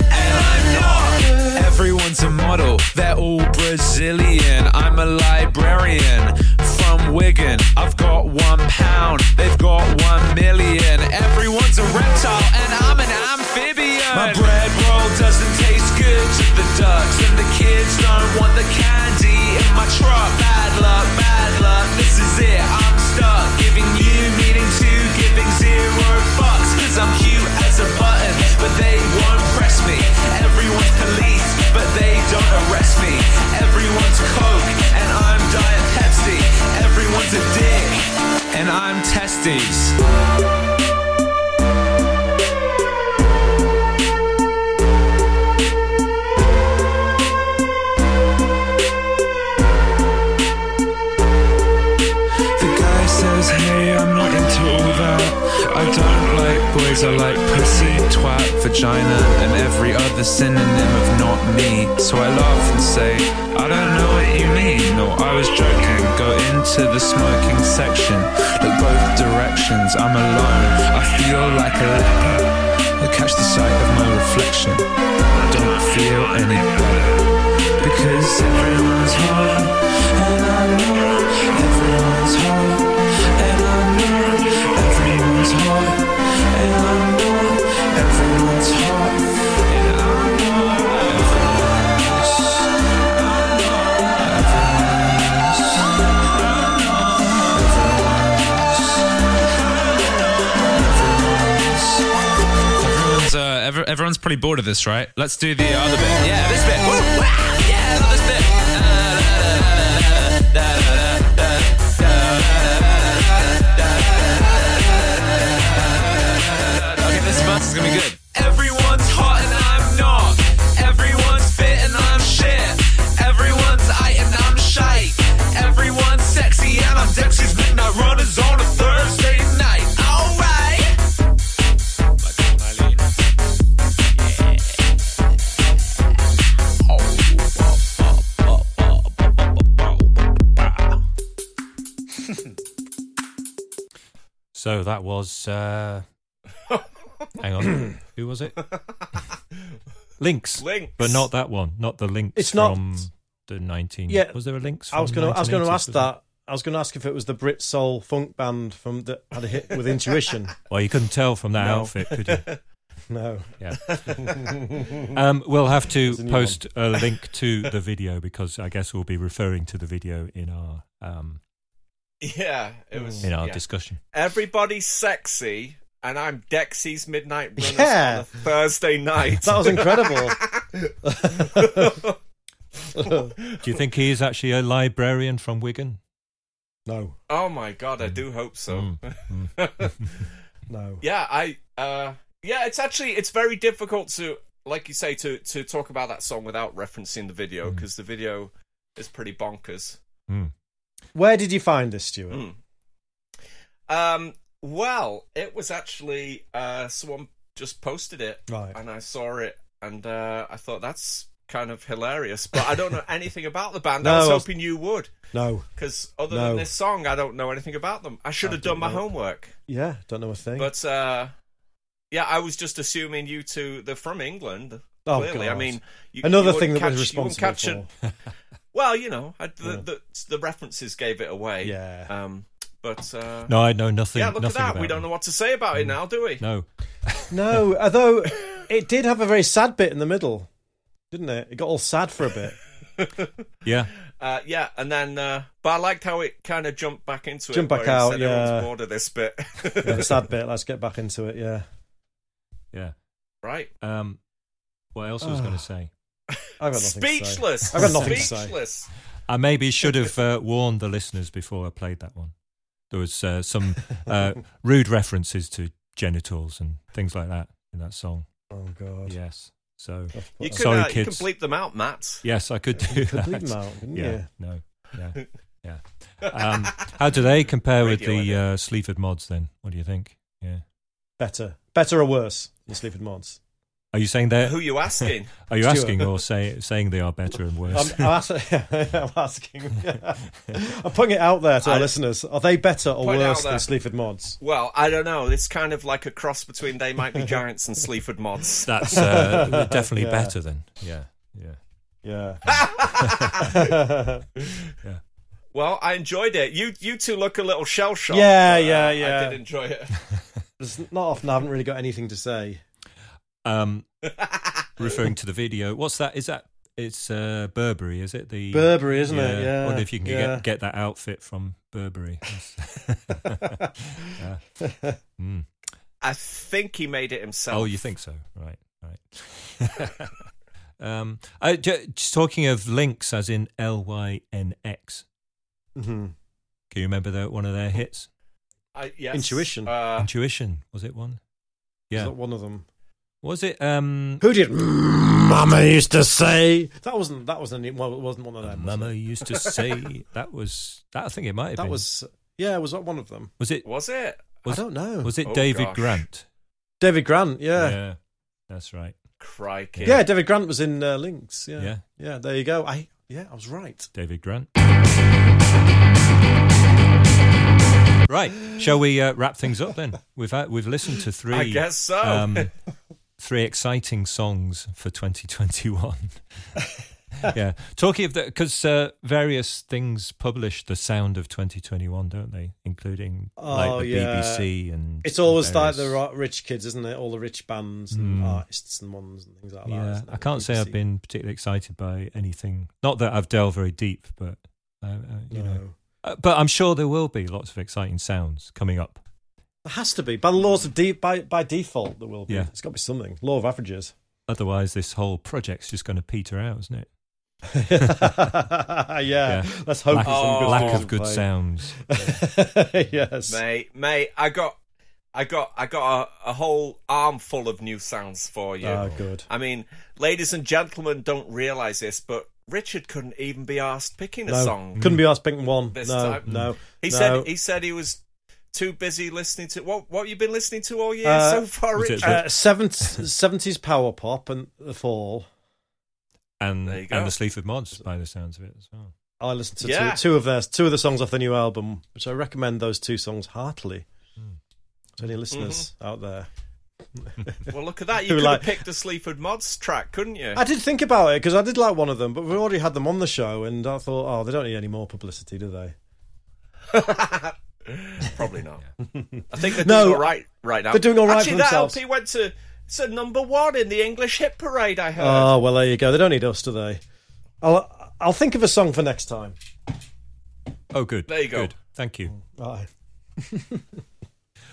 E: and I'm not. Everyone's a model, they're all Brazilian. I'm a librarian from Wigan. I've got one pound, they've got one million. Everyone's a reptile, and I'm an amphibian. My bread roll doesn't taste good to the ducks, and the kids don't want the candy in my truck. Bad luck, bad luck, this is it, I'm stuck. Giving you meaning to giving zero fucks, cause I'm cute as a button, but they won't press me. Everyone's police, but they don't arrest me. Everyone's coke, and I'm Diet Pepsi. Everyone's a dick, and I'm testes. The guy says, hey, I'm not into all that. I don't like boys, I like pussy, twat, vagina, and every other synonym of not me. So I laugh and say, I don't know what you mean. No, I was joking. Go into the smoking section. Look both directions, I'm alone. I feel like a leper. I catch the sight of my reflection. I don't feel any better. Because everyone's hot, and I know everyone's hot, and I know everyone's hot, and I know everyone's hot, and I know everyone's, I know everyone's, Everyone's, uh, ever, everyone's pretty bored of this, right? Let's do the other bit. Yeah, this bit. Woo! Wow! Yeah, I love this bit. Okay, this month is gonna be good. Everyone's hot and I'm not. Everyone's fit and I'm shit. Everyone's eye and I'm shite. Everyone's sexy and I'm Dexy's midnight runners on a Thursday night. Alright.
A: So that was. Uh, hang on, who was it? Links,
B: Lynx.
A: but not that one. Not the links.
C: It's not-
A: from the nineteen.
C: Yeah,
A: was there a links?
C: I was
A: from
C: going to. I was going to
A: 1980s,
C: ask
A: wasn't there?
C: that. I was going to ask if it was the Brit soul funk band from that had a hit
B: (laughs)
C: with Intuition.
A: Well, you couldn't tell from that
C: No.
A: outfit, could you?
C: (laughs) No,
A: Yeah. um, we'll have to
C: There's a new
A: post a
C: (laughs)
A: link to the video because I guess we'll be referring to the video in our um,
B: (laughs) Yeah, it was.
A: in our
B: yeah.
A: discussion.
B: Everybody's sexy, and I'm Dexy's Midnight Runners
C: Yeah.
B: on a Thursday night.
C: that was
B: (laughs)
C: incredible.
A: Do you think he is actually a librarian from Wigan?
C: No,
B: oh my god, I
C: Mm.
B: do hope so. (laughs)
C: no.
B: yeah, I. Uh, yeah, it's actually it's very difficult to, like you say, to to talk about that song without referencing the
C: Mm.
B: video because the video is pretty bonkers.
A: Mm.
C: Where did you find this, Stuart?
B: Mm. Um. Well, it was actually uh, someone just posted it,
C: Right.
B: And I saw it, and uh, I thought that's kind of hilarious. But I
C: (laughs)
B: don't know anything about the band.
C: No,
B: I was
C: I was-
B: hoping you would,
C: No.
B: because other
C: No.
B: than this song, I don't know anything about them. I should
C: I
B: have done
C: don't
B: my
C: know.
B: homework.
C: Yeah, don't know a thing.
B: But uh, yeah, I was just assuming you two. They're from England.
C: Oh,
B: clearly, I
C: God.
B: mean, you,
C: Another
B: you
C: thing that
B: wouldn't
C: was
B: catch- you wouldn't
C: responsible
B: catch it-
C: for.
B: Well, you know, I, the,
C: Yeah.
B: the the references gave it away.
C: Yeah.
B: Um. But uh,
A: No, I know nothing.
B: yeah, look at
A: nothing
B: that.
A: about
B: We don't
A: him.
B: know what to say about it now, do we?
A: No,
C: No, although it did have a very sad bit in the middle, didn't it? It got all sad for a
B: (laughs)
C: bit.
A: yeah,
B: Uh, yeah, and then, uh, but I liked how it kind of jumped back into
C: Jumped
B: it.
C: back
B: where he
C: out,
B: said
C: yeah.
B: Everyone's bored of this bit,
C: Yeah, the sad bit. Let's get back into it. Yeah,
A: yeah.
B: (laughs) right?
A: Um, what else was I going
C: Ah.
A: to say?
C: I've got nothing. to say.
B: Speechless.
C: I've got nothing to say.
B: Speechless.
A: I maybe should have uh, warned the listeners before I played that one. There was uh, some
C: (laughs)
A: uh, rude references to genitals and things like that in that song.
C: Oh God.
A: Yes. So
C: I've put
B: You
C: that-
B: can,
A: Sorry,
B: uh, you can
A: kids.
B: bleep them out, Matt.
A: Yes, I could do
C: could
A: that.
B: (laughs)
C: leave
A: (laughs)
C: them out, couldn't
A: yeah,
C: you?
A: no,
C: (laughs)
A: yeah, yeah. Um, how do they compare with
B: Radio
A: the
B: edit.
A: uh, Sleaford mods? Then, what do you think? Yeah,
C: better, better or worse? The Sleaford Mods.
A: are you saying they're?
B: Who
A: (laughs)
B: you asking?
A: Are you
C: Stuart.
A: asking or say, saying they are better and
C: (laughs) I'm,
A: worse?
C: I'm, ask- I'm asking. (laughs) I'm putting it out there to our
B: I-
C: listeners. Are they better or
B: Put it out
C: worse than
B: there.
C: Sleaford Mods?
B: well, I don't know. It's kind of like a cross between They Might
C: (laughs)
B: Be Giants and Sleaford Mods.
A: That's uh, definitely
C: Yeah.
A: better than. Yeah, yeah.
C: Yeah.
B: Well, I enjoyed it. You you two look a little shell shocked.
C: Yeah,
B: but, uh,
C: yeah, yeah.
B: I did enjoy it.
C: There's not often I haven't really got anything to say. (laughs)
A: Um, referring to the video, what's that? Is that it's uh, Burberry? Is it the
C: Burberry, isn't it?
A: I
C: Yeah,
A: wonder if you can
C: yeah.
A: get, get that outfit from
C: (laughs)
A: Burberry.
C: Mm-hmm.
A: Yeah. Mm.
B: I think he made it himself.
A: Oh, you think so? Right, right. (laughs) um, I, ju- just talking of links, as in L Y N X.
C: hmm
A: Can you remember the, one of their hits?
B: I, yes.
C: Intuition.
B: Uh,
A: Intuition was it one?
C: Is
A: Yeah,
C: that one of them?
A: was it? Um,
C: Who did (laughs) Mama used to say that wasn't that wasn't any, well, it wasn't one of them. was it?
A: Mama used to
C: (laughs)
A: say that was that. I think it might have
C: That
A: been.
C: was yeah, was that one of them?
A: was it?
B: was it?
A: Was,
C: I don't know.
A: Was it
B: Oh,
A: David
B: gosh.
A: Grant?
C: David Grant? Yeah. yeah.
A: that's right.
B: Crikey.
C: David Grant was in uh, Links. Yeah.
A: Yeah.
C: Yeah, there you go. I yeah, I was right.
A: David Grant. Right, shall we uh, wrap things up then? We've had, we've listened to three. um,
B: I guess so.
A: three exciting songs for 2021. (laughs) yeah, talking of that because uh, various things publish the sound of 2021, don't they? Including
C: Oh,
A: like the
C: yeah.
A: BBC and
C: It's always like
A: various-
C: the ri- rich kids, isn't it? All the rich bands and
A: Mm.
C: artists and ones and things like that.
A: Yeah,
C: isn't it?
A: I can't say I've
C: BBC.
A: been particularly excited by anything. Not that I've delved very deep, but uh, uh, you know,
C: No.
A: Uh, but I'm sure there will be lots of exciting sounds coming up.
C: There has to be by the laws of de- by by default. There will be.
A: Yeah.
C: It's got to be something. Law
A: (laughs)
C: of averages. (laughs)
A: Otherwise, this whole project's just going to peter out, isn't it?
C: yeah. (laughs) Let's hope.
A: lack,
C: for some good
B: Oh.
A: lack
C: tunes
A: of good
C: play. (laughs)
A: sounds.
C: yes.
B: mate, mate, I got, I got, I got a, a whole armful of new sounds for you.
C: Ah, good.
B: I mean, ladies and gentlemen, don't realise this, but Richard couldn't even be asked picking a
C: No,
B: song.
C: Couldn't be asked picking one.
B: This
C: no,
B: time.
C: no.
B: He
C: no.
B: said he said he was too busy listening to what what you been listening to all year
C: Uh,
B: so far,
A: was it
B: Richard.
C: uh, 70s, 70s power pop and the fall.
A: And,
B: There you go.
A: and the Sleaford Mods, by the sounds of it as well.
C: I listened to
B: Yeah.
C: two, two of their two of the songs off the new album, which I recommend those two songs heartily.
A: Hmm.
C: To any listeners out there,
B: well, look at
C: (laughs)
B: that. You
C: who
B: could
C: like-
B: have picked the Sleaford Mods track, couldn't you?
C: I did think about it because I did like one of them, but we already had them on the show, and I thought, oh, they don't need any more publicity, do they?
B: Probably not. (laughs) I think they're
C: No,
B: doing all right right now.
C: they're doing all right
B: Actually,
C: for
B: that
C: themselves.
B: LP went to it's a number one in the English hit parade. I heard.
C: Oh well, there you go. They don't need us, do they? I'll I'll think of a song for next time.
A: Oh, good.
B: There you go.
A: Good. Thank you.
C: Right.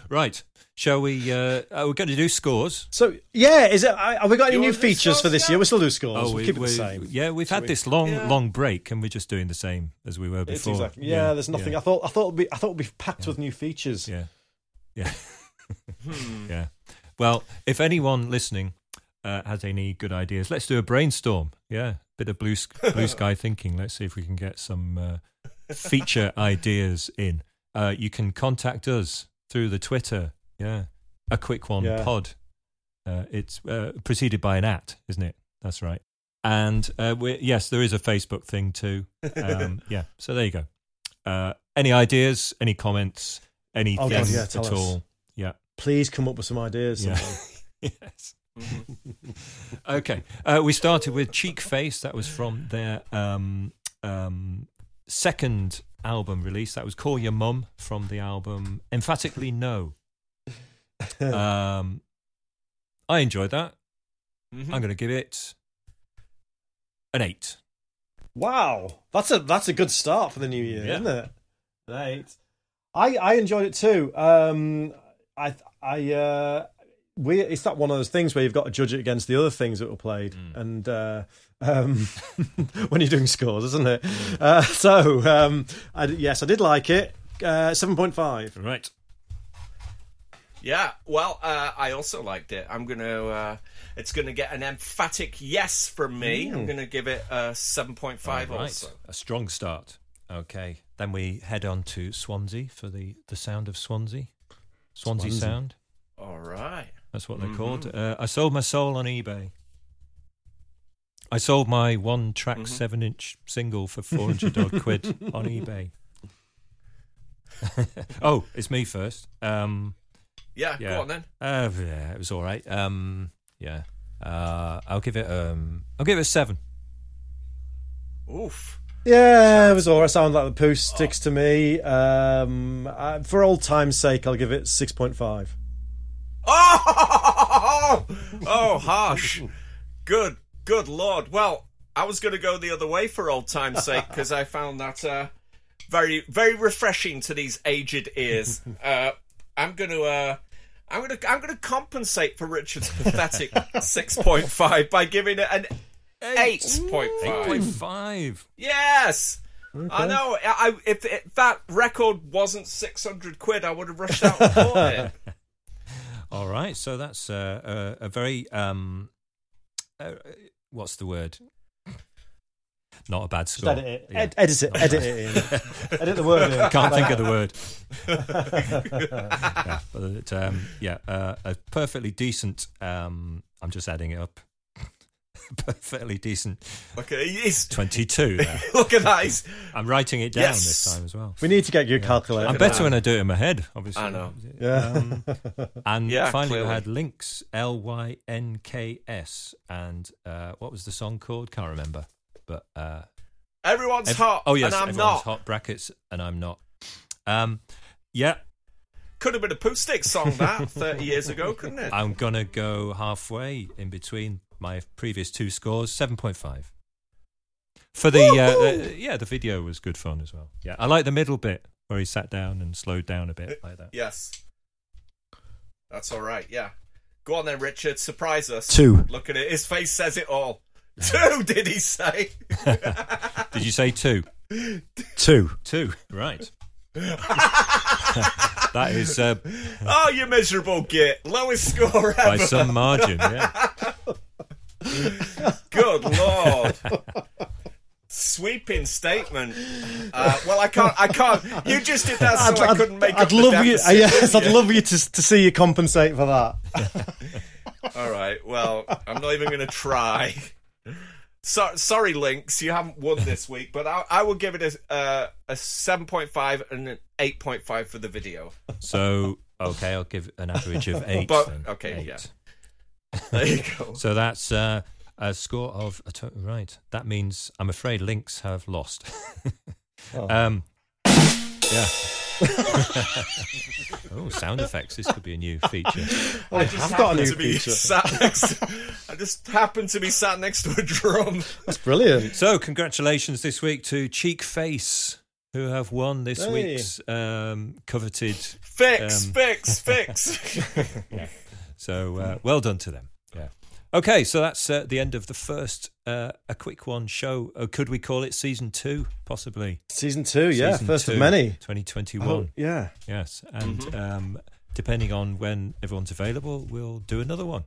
A: Right. Shall we? Uh, uh, we're going to do scores.
C: So yeah, is it? I- Have we got any
B: You
C: new
B: want to do
C: features for
B: scores
C: this
B: yet?
C: year? We still do scores. we,
A: Oh, we-
C: keep it the
A: we-
C: same.
A: Yeah, we've had
C: we-
A: this long,
B: Yeah.
A: long break, and we're just doing the same as we were
C: It's
A: before.
C: exactly- yeah, there's nothing. I thought I thought it'd be I thought it'd be packed with new features.
A: Yeah. Yeah. yeah. (laughs) Well, if anyone listening uh, has any good ideas, let's do a brainstorm. Yeah. Bit of blue, sk- blue sky thinking. Let's see if we can get some uh, feature ideas in. Uh, you can contact us through the Twitter. Yeah. A quick one
C: Yeah.
A: pod. Uh, it's uh, preceded by an at, isn't it? That's right. And uh, we yes, there is a Facebook thing too.
C: (laughs)
A: Um, yeah. So there you go. Uh, any ideas? Any comments? Anything
C: Oh, God, yeah,
A: at
C: tell us.
A: all? Yeah.
C: Please come up with some ideas.
A: Yeah. (laughs)
C: someone.
A: yes. (laughs) okay. Uh, we started with Cheek Face. That was from their um, um, second album release. That was Call Your Mum from the album Emphatically
C: (laughs)
A: No. Um, I enjoyed that.
C: Mm-hmm.
B: Mhm.
A: I'm going to give it an eight.
C: Wow, that's a that's a good start for the new year,
A: Yeah.
C: isn't it? An eight. I I enjoyed it too. Um, I I uh, we it's that one of those things where you've got to judge it against the other things that were played, and uh, um, (laughs) when you're doing scores, isn't it? Uh, so um, I, yes, I did like it. Uh, Seven point five.
A: Right.
B: Yeah, well, uh, I also liked it. I'm gonna. Uh, it's gonna get an emphatic yes from
C: Mm.
B: me. I'm gonna give it a seven point five.
A: All right.
B: Also,
A: A strong start. Okay. Then we head on to Swansea for the, the sound of Swansea. Swansea,
C: Swansea.
A: sound.
B: all right.
A: That's
B: Mm-hmm.
A: what they're called. Uh, I sold my soul on eBay. I sold my one track
B: Mm-hmm.
A: seven inch single for 400
B: (laughs)
A: odd quid on eBay. (laughs) oh, it's me first. Um,
B: Yeah,
A: yeah.
B: go on then.
A: Uh, yeah, it was all right. Um, yeah. Uh, I'll give it um, I'll give it a seven.
B: Oof.
C: Yeah, it was all right. Sound like the poo sticks to me. Um, I, for old time's sake, I'll give it six point five.
B: Oh, (laughs) oh, harsh. Good, good lord. Well, I was going to go the other way for old time's sake because I found that uh, very, very refreshing to these aged (laughs) ears. Uh, I'm going to. Uh, I'm gonna I'm gonna compensate for Richard's (laughs) pathetic six point five by giving it an eight point five.
A: 8.5.
B: Yes. I know. I, I- if, if that record wasn't six hundred quid, I would have rushed out and bought (laughs) it.
A: All right. So that's uh, a, a very um, uh, what's the word? Not a bad
C: Just
A: score.
C: edit it.
A: Yeah.
C: Ed- edit it. Edit it.
B: (laughs)
C: In. edit the word in.
A: (laughs) Can't think of the word.
C: (laughs)
A: yeah, but um, yeah, uh, a perfectly decent. Um, I'm just adding it up. (laughs) perfectly decent.
B: Okay, he's
C: (laughs)
A: Twenty-two. there.
B: (laughs) look at that. He's,
A: I'm writing it down
B: Yes.
A: this time as well.
C: We need to get you a calculator.
A: I'm better when I do it in my head, obviously.
B: I know.
C: Yeah.
A: Um, and
B: Yeah,
A: finally, we
B: clearly.
A: had Links, L Y N K S. And uh, what was the song called? Can't remember. But uh,
B: everyone's
A: ev-
B: hot.
A: oh, yes,
B: and I'm
A: everyone's
B: not.
A: hot brackets, and I'm not. Um, yeah,
B: Could have been a Pooh Stick song
A: (laughs)
B: that thirty years ago, couldn't it?
A: I'm going to go halfway in between my previous two scores 7.5. For the, uh, uh, yeah, the video was good fun as well. Yeah, I like the middle bit where he sat down and slowed down a bit like that.
B: Yes, that's all right. Yeah, go on then, Richard. Surprise us.
C: Two.
B: Look at it. His face says it all. (laughs) Two, did he
A: (laughs)
B: say?
A: Did you say two?
C: Two.
A: Two, right. (laughs) that is uh,
B: oh, you miserable git! Lowest score ever.
A: by some margin, yeah.
B: Good lord.
A: (laughs)
B: Sweeping statement. Uh, well, I can't. I can't. You just did that so I couldn't make up
C: I'd
B: the
C: love you.
B: deficit.
C: (laughs) Yes, I'd love you to to see you compensate for that.
B: All right. Well, I'm not even going to try. So, sorry, Lynx, you haven't won this week, but I, I will give it a uh, a 7.5 and an 8.5 for the video.
A: So okay, I'll give an average of eight.
B: But-
A: then.
B: okay,
A: Eight.
B: yeah. There you
A: (laughs)
B: go.
A: So that's uh, a score of a to- right. That means I'm afraid links have lost. (laughs) um, yeah. (laughs) oh, sound effects! This could be a new feature.
C: I have Oh, got a
B: Happened
C: new
B: to be
C: feature.
B: sat next. I just happened to be sat next to a drum.
C: That's brilliant.
A: So, congratulations this week to Cheek Face, who have won this
C: Hey.
A: week's um, coveted.
B: Fix,
A: Um.
B: fix, fix. (laughs)
A: So, uh, well done to them. Yeah. Okay, so that's uh, the end of the first uh, a quick one show. Uh, could we call it season two? Possibly.
C: Season two. Oh, Yeah,
A: Season
C: first
A: two,
C: of many. Uh-huh. I
A: 2021.
C: hope- yeah. (laughs)
A: Yes, and um, depending on when everyone's available, we'll do another one.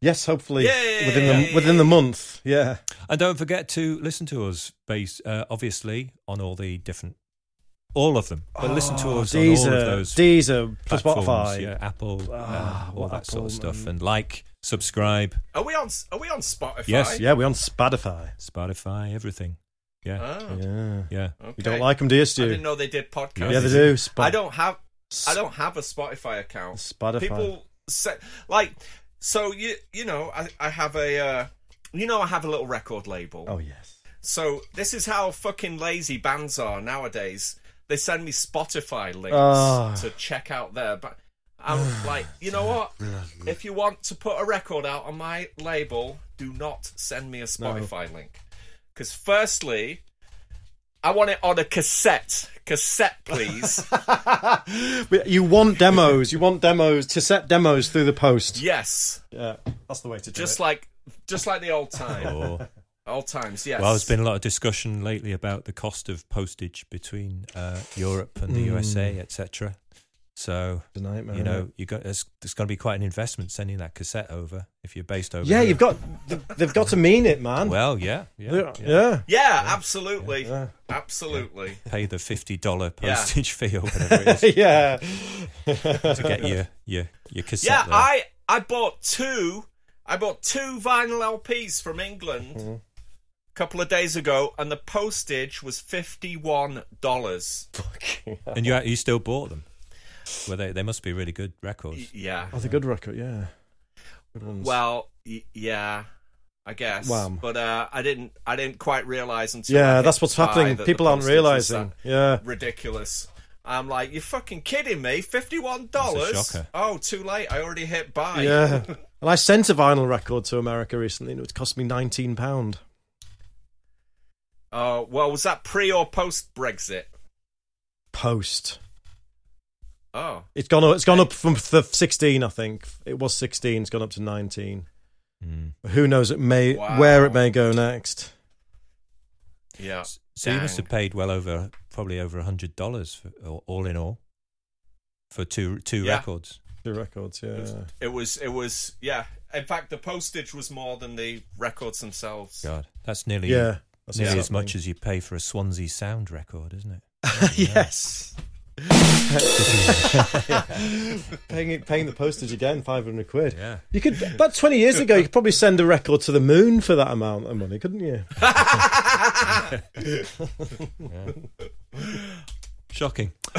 C: Yes, hopefully
B: Yay!
C: within the within the month. Yeah.
A: and don't forget to listen to us, based uh, obviously on all the different, all of them. But listen to us
C: Oh, Deezer,
A: on all of those
C: Deezer,
A: platforms,
C: Spotify.
A: yeah, Apple,
C: Ah,
A: uh, all
C: what
A: that sort of
C: Apple,
A: stuff,
C: man.
A: and like, subscribe,
B: Are we on? Are we on Spotify?
A: Yes,
C: Yeah, we're on Spotify.
A: Spotify, everything. Yeah,
B: Oh,
C: Yeah.
A: yeah.
B: okay.
C: You don't like them, do you,
B: I didn't
C: Stu?
B: know they did podcasts.
A: know-
C: Yeah, they do. Spot-
B: I don't have. I don't have a Spotify account.
C: Spotify.
B: People say like, so you you know I I have a uh, you know I have a little record label.
C: Oh yes.
B: So this is how fucking lazy bands are nowadays. They send me Spotify links
C: Ah.
B: to check out there, but
C: (sighs)
B: I'm like, you know what? If you want to put a record out on my label, do not send me a Spotify link. Because firstly, I want it on a cassette. Cassette,
C: (laughs)
B: please.
C: But you want demos. You want demos to set demos through the post.
B: yes,
C: Yeah, that's the way to do
B: just
C: it. Oh.
B: like, just like the old time,
C: (laughs)
A: Or,
B: old times. Yes.
A: Well, there's been a lot of discussion lately about the cost of postage between uh, Europe and
C: Hmm.
A: the USA, etc. So
C: It's a nightmare.
A: you know, you got it's, it's going to be quite an investment sending that cassette over if you're based over.
C: Yeah,
A: here.
C: you've got. th- They've got to mean it, man.
A: Well, yeah, yeah,
C: yeah.
A: yeah.
B: yeah, absolutely,
C: Yeah.
B: absolutely.
A: Pay the fifty dollar
B: Yeah.
A: postage fee or whatever it
C: (laughs)
A: is
C: (laughs) yeah.
A: to get your your your cassette.
B: Yeah,
A: there.
B: I I bought two. I bought two vinyl LPs from England
C: Mm-hmm.
B: a couple of days ago, and the postage was fifty one dollars.
C: Oh,
A: and you you still bought them. Well, they they must be really good records.
B: Yeah.
C: That's a good record. Yeah. Good ones.
B: Well, y- yeah. I I guess.
C: Wham.
B: But uh, I didn't. I didn't quite realize until. I
C: Yeah,
B: hit
C: that's what's
B: Dubai
C: happening.
B: that the
C: People aren't
B: postage was that
C: realizing. Yeah.
B: Ridiculous. I'm like, you're fucking kidding me. Fifty-one
A: That's a
B: dollars.
A: shocker.
B: Oh, too late. I already hit
A: (laughs)
B: buy.
C: Yeah.
B: (laughs)
C: And I sent a vinyl record to America recently and it cost me £19.
B: Oh well, was that pre or post Brexit?
C: Post.
B: Oh,
C: It's gone up, it's gone up from the 16, I think. It was 16, it's gone up to 19.
A: Hmm.
C: Who knows it may
B: Wow.
C: where it may go next.
B: yeah.
A: So you must
B: Dang.
A: have paid well over, probably over a hundred dollars all in all, for two two
B: Yeah.
A: records.
C: The records, yeah.
B: It was. It was. Yeah. In fact, the postage was more than the records themselves.
A: God, that's nearly
C: Yeah. That's
A: nearly
C: what's
A: as much
C: happening.
A: as you pay for a Swansea Sound record, isn't it?
C: yes. (laughs) paying it- paying the postage again, five hundred quid.
A: Yeah.
C: You could about twenty years ago, you could probably send a record to the moon for that amount of money, couldn't you?
A: Shocking. (laughs)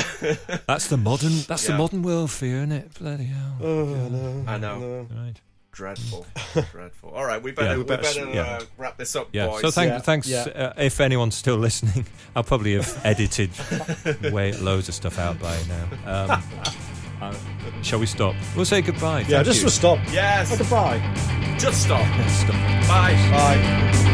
A: that's the modern. That's
B: Yeah.
A: the modern world for you, isn't it? Bloody hell.
C: Oh no,
B: I know.
A: Right.
B: (laughs) Dreadful. Dreadful. All right, we better
A: Yeah.
B: we better,
A: yeah.
B: uh, wrap this up,
A: Yeah.
B: boys.
A: So thank,
C: Yeah,
A: thanks.
C: yeah.
A: Uh, if anyone's still (laughs) listening, I'll probably have edited way loads of stuff out by now. Um,
C: (laughs)
A: uh, shall we stop? We'll say goodbye.
C: Yeah,
A: Thank
C: just
A: you.
C: stop.
B: Yes.
C: Goodbye.
B: Just stop.
A: Stop.
B: Bye.
C: Bye.